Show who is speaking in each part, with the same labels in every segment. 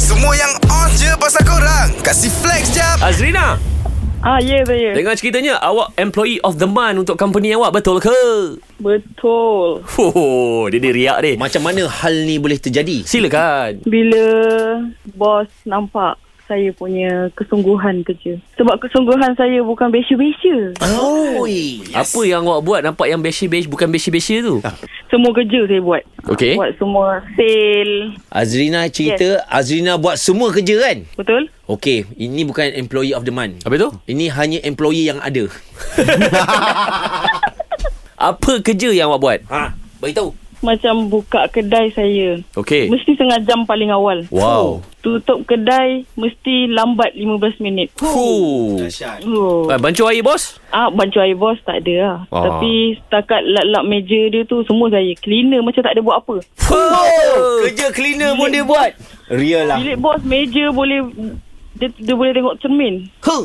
Speaker 1: Semua yang on je pasal korang Kasih flex jap
Speaker 2: Azrina
Speaker 3: Ah, ya saya.
Speaker 2: Dengar ceritanya Awak employee of the month Untuk company awak Betul ke?
Speaker 3: Betul.
Speaker 2: Oh, dia dia riak dia
Speaker 4: Macam mana hal ni boleh terjadi?
Speaker 2: Silakan
Speaker 3: Bila bos nampak saya punya kesungguhan kerja. Sebab kesungguhan saya bukan besya-besya.
Speaker 4: Oh.
Speaker 2: Apa yang awak buat Nampak yang beshi-beshi Bukan beshi-beshi tu
Speaker 4: Ah.
Speaker 3: Semua kerja saya buat.
Speaker 2: Okey.
Speaker 3: Buat semua sale.
Speaker 4: Azrina cerita yes. Azrina buat semua kerja kan?
Speaker 3: Betul?
Speaker 4: Okey, ini bukan employee of the month.
Speaker 2: Habis tu?
Speaker 4: Ini hanya employee yang ada.
Speaker 2: Apa kerja yang awak buat?
Speaker 4: Ha, beritahu.
Speaker 3: Macam buka kedai saya.
Speaker 2: Okey
Speaker 3: Mesti setengah jam paling awal.
Speaker 2: Wow.
Speaker 3: Tutup kedai mesti lambat 15 minit.
Speaker 2: Fuh.
Speaker 3: Oh.
Speaker 2: Ah, Bancu air bos?
Speaker 3: Ah, baju air bos tak ada lah.
Speaker 2: Ah.
Speaker 3: Tapi setakat lap-lap meja dia tu semua saya. Cleaner macam tak ada buat apa.
Speaker 2: Fuh.
Speaker 4: Oh, Kerja cleaner pun dia buat. Real lah.
Speaker 3: Bilik bos meja boleh dia, dia boleh tengok cermin.
Speaker 4: Ha.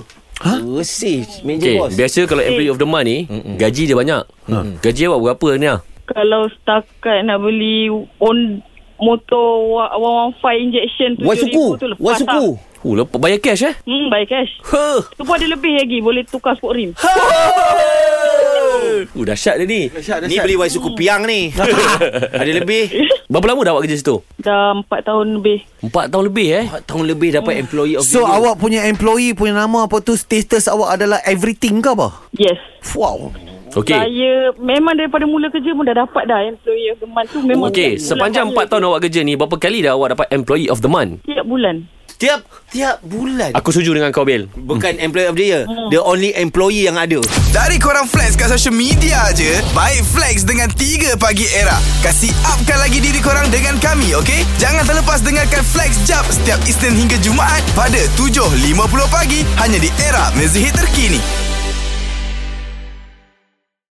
Speaker 4: Ha? Resih meja
Speaker 2: Okay,
Speaker 4: okay, bos. Ha.
Speaker 2: biasa kalau employee of the month ni Gaji dia banyak Hmm. Gaji awak berapa ni ah?
Speaker 3: Kalau setakat nak beli on motor wa- 115 injection 7000
Speaker 4: Wasuku.
Speaker 3: tu lepas
Speaker 4: Wasuku.
Speaker 3: tak.
Speaker 2: Oh, lepas bayar cash eh?
Speaker 3: Hmm, by cash.
Speaker 2: Huh.
Speaker 3: Tu pun ada lebih lagi boleh tukar sport rim.
Speaker 2: Ha? Oh, dahsyat dia ni.
Speaker 4: Ni beli Wasuku piang ni. ada lebih.
Speaker 2: Berapa lama dah awak kerja situ?
Speaker 3: Dah 4 tahun lebih.
Speaker 2: Empat tahun lebih eh.
Speaker 4: 4 tahun lebih dapat
Speaker 3: Oh.
Speaker 4: employee of
Speaker 5: So
Speaker 4: the year.
Speaker 5: awak punya employee punya nama apa tu status awak adalah everything ke apa?
Speaker 3: Yes.
Speaker 5: Wow.
Speaker 2: Okey.
Speaker 3: Saya memang daripada mula kerja pun dah dapat dah employee of the month tu memang
Speaker 2: Okey,
Speaker 3: tiap bulan
Speaker 2: sepanjang
Speaker 3: saya
Speaker 2: empat tahun awak kerja ni, berapa kali dah awak dapat employee of the month?
Speaker 3: tiap bulan.
Speaker 4: tiap tiap bulan
Speaker 2: Aku setuju dengan kau, Bil.
Speaker 4: bukan employee of the year.
Speaker 3: Oh.
Speaker 4: The only employee yang ada.
Speaker 1: Dari korang flex kat social media je Baik flex dengan 3 pagi era Kasih upkan lagi diri korang dengan kami okay? Jangan terlepas dengarkan flex jap Setiap Isnin hingga Jumaat Pada 7.50 pagi Hanya di era mezihit terkini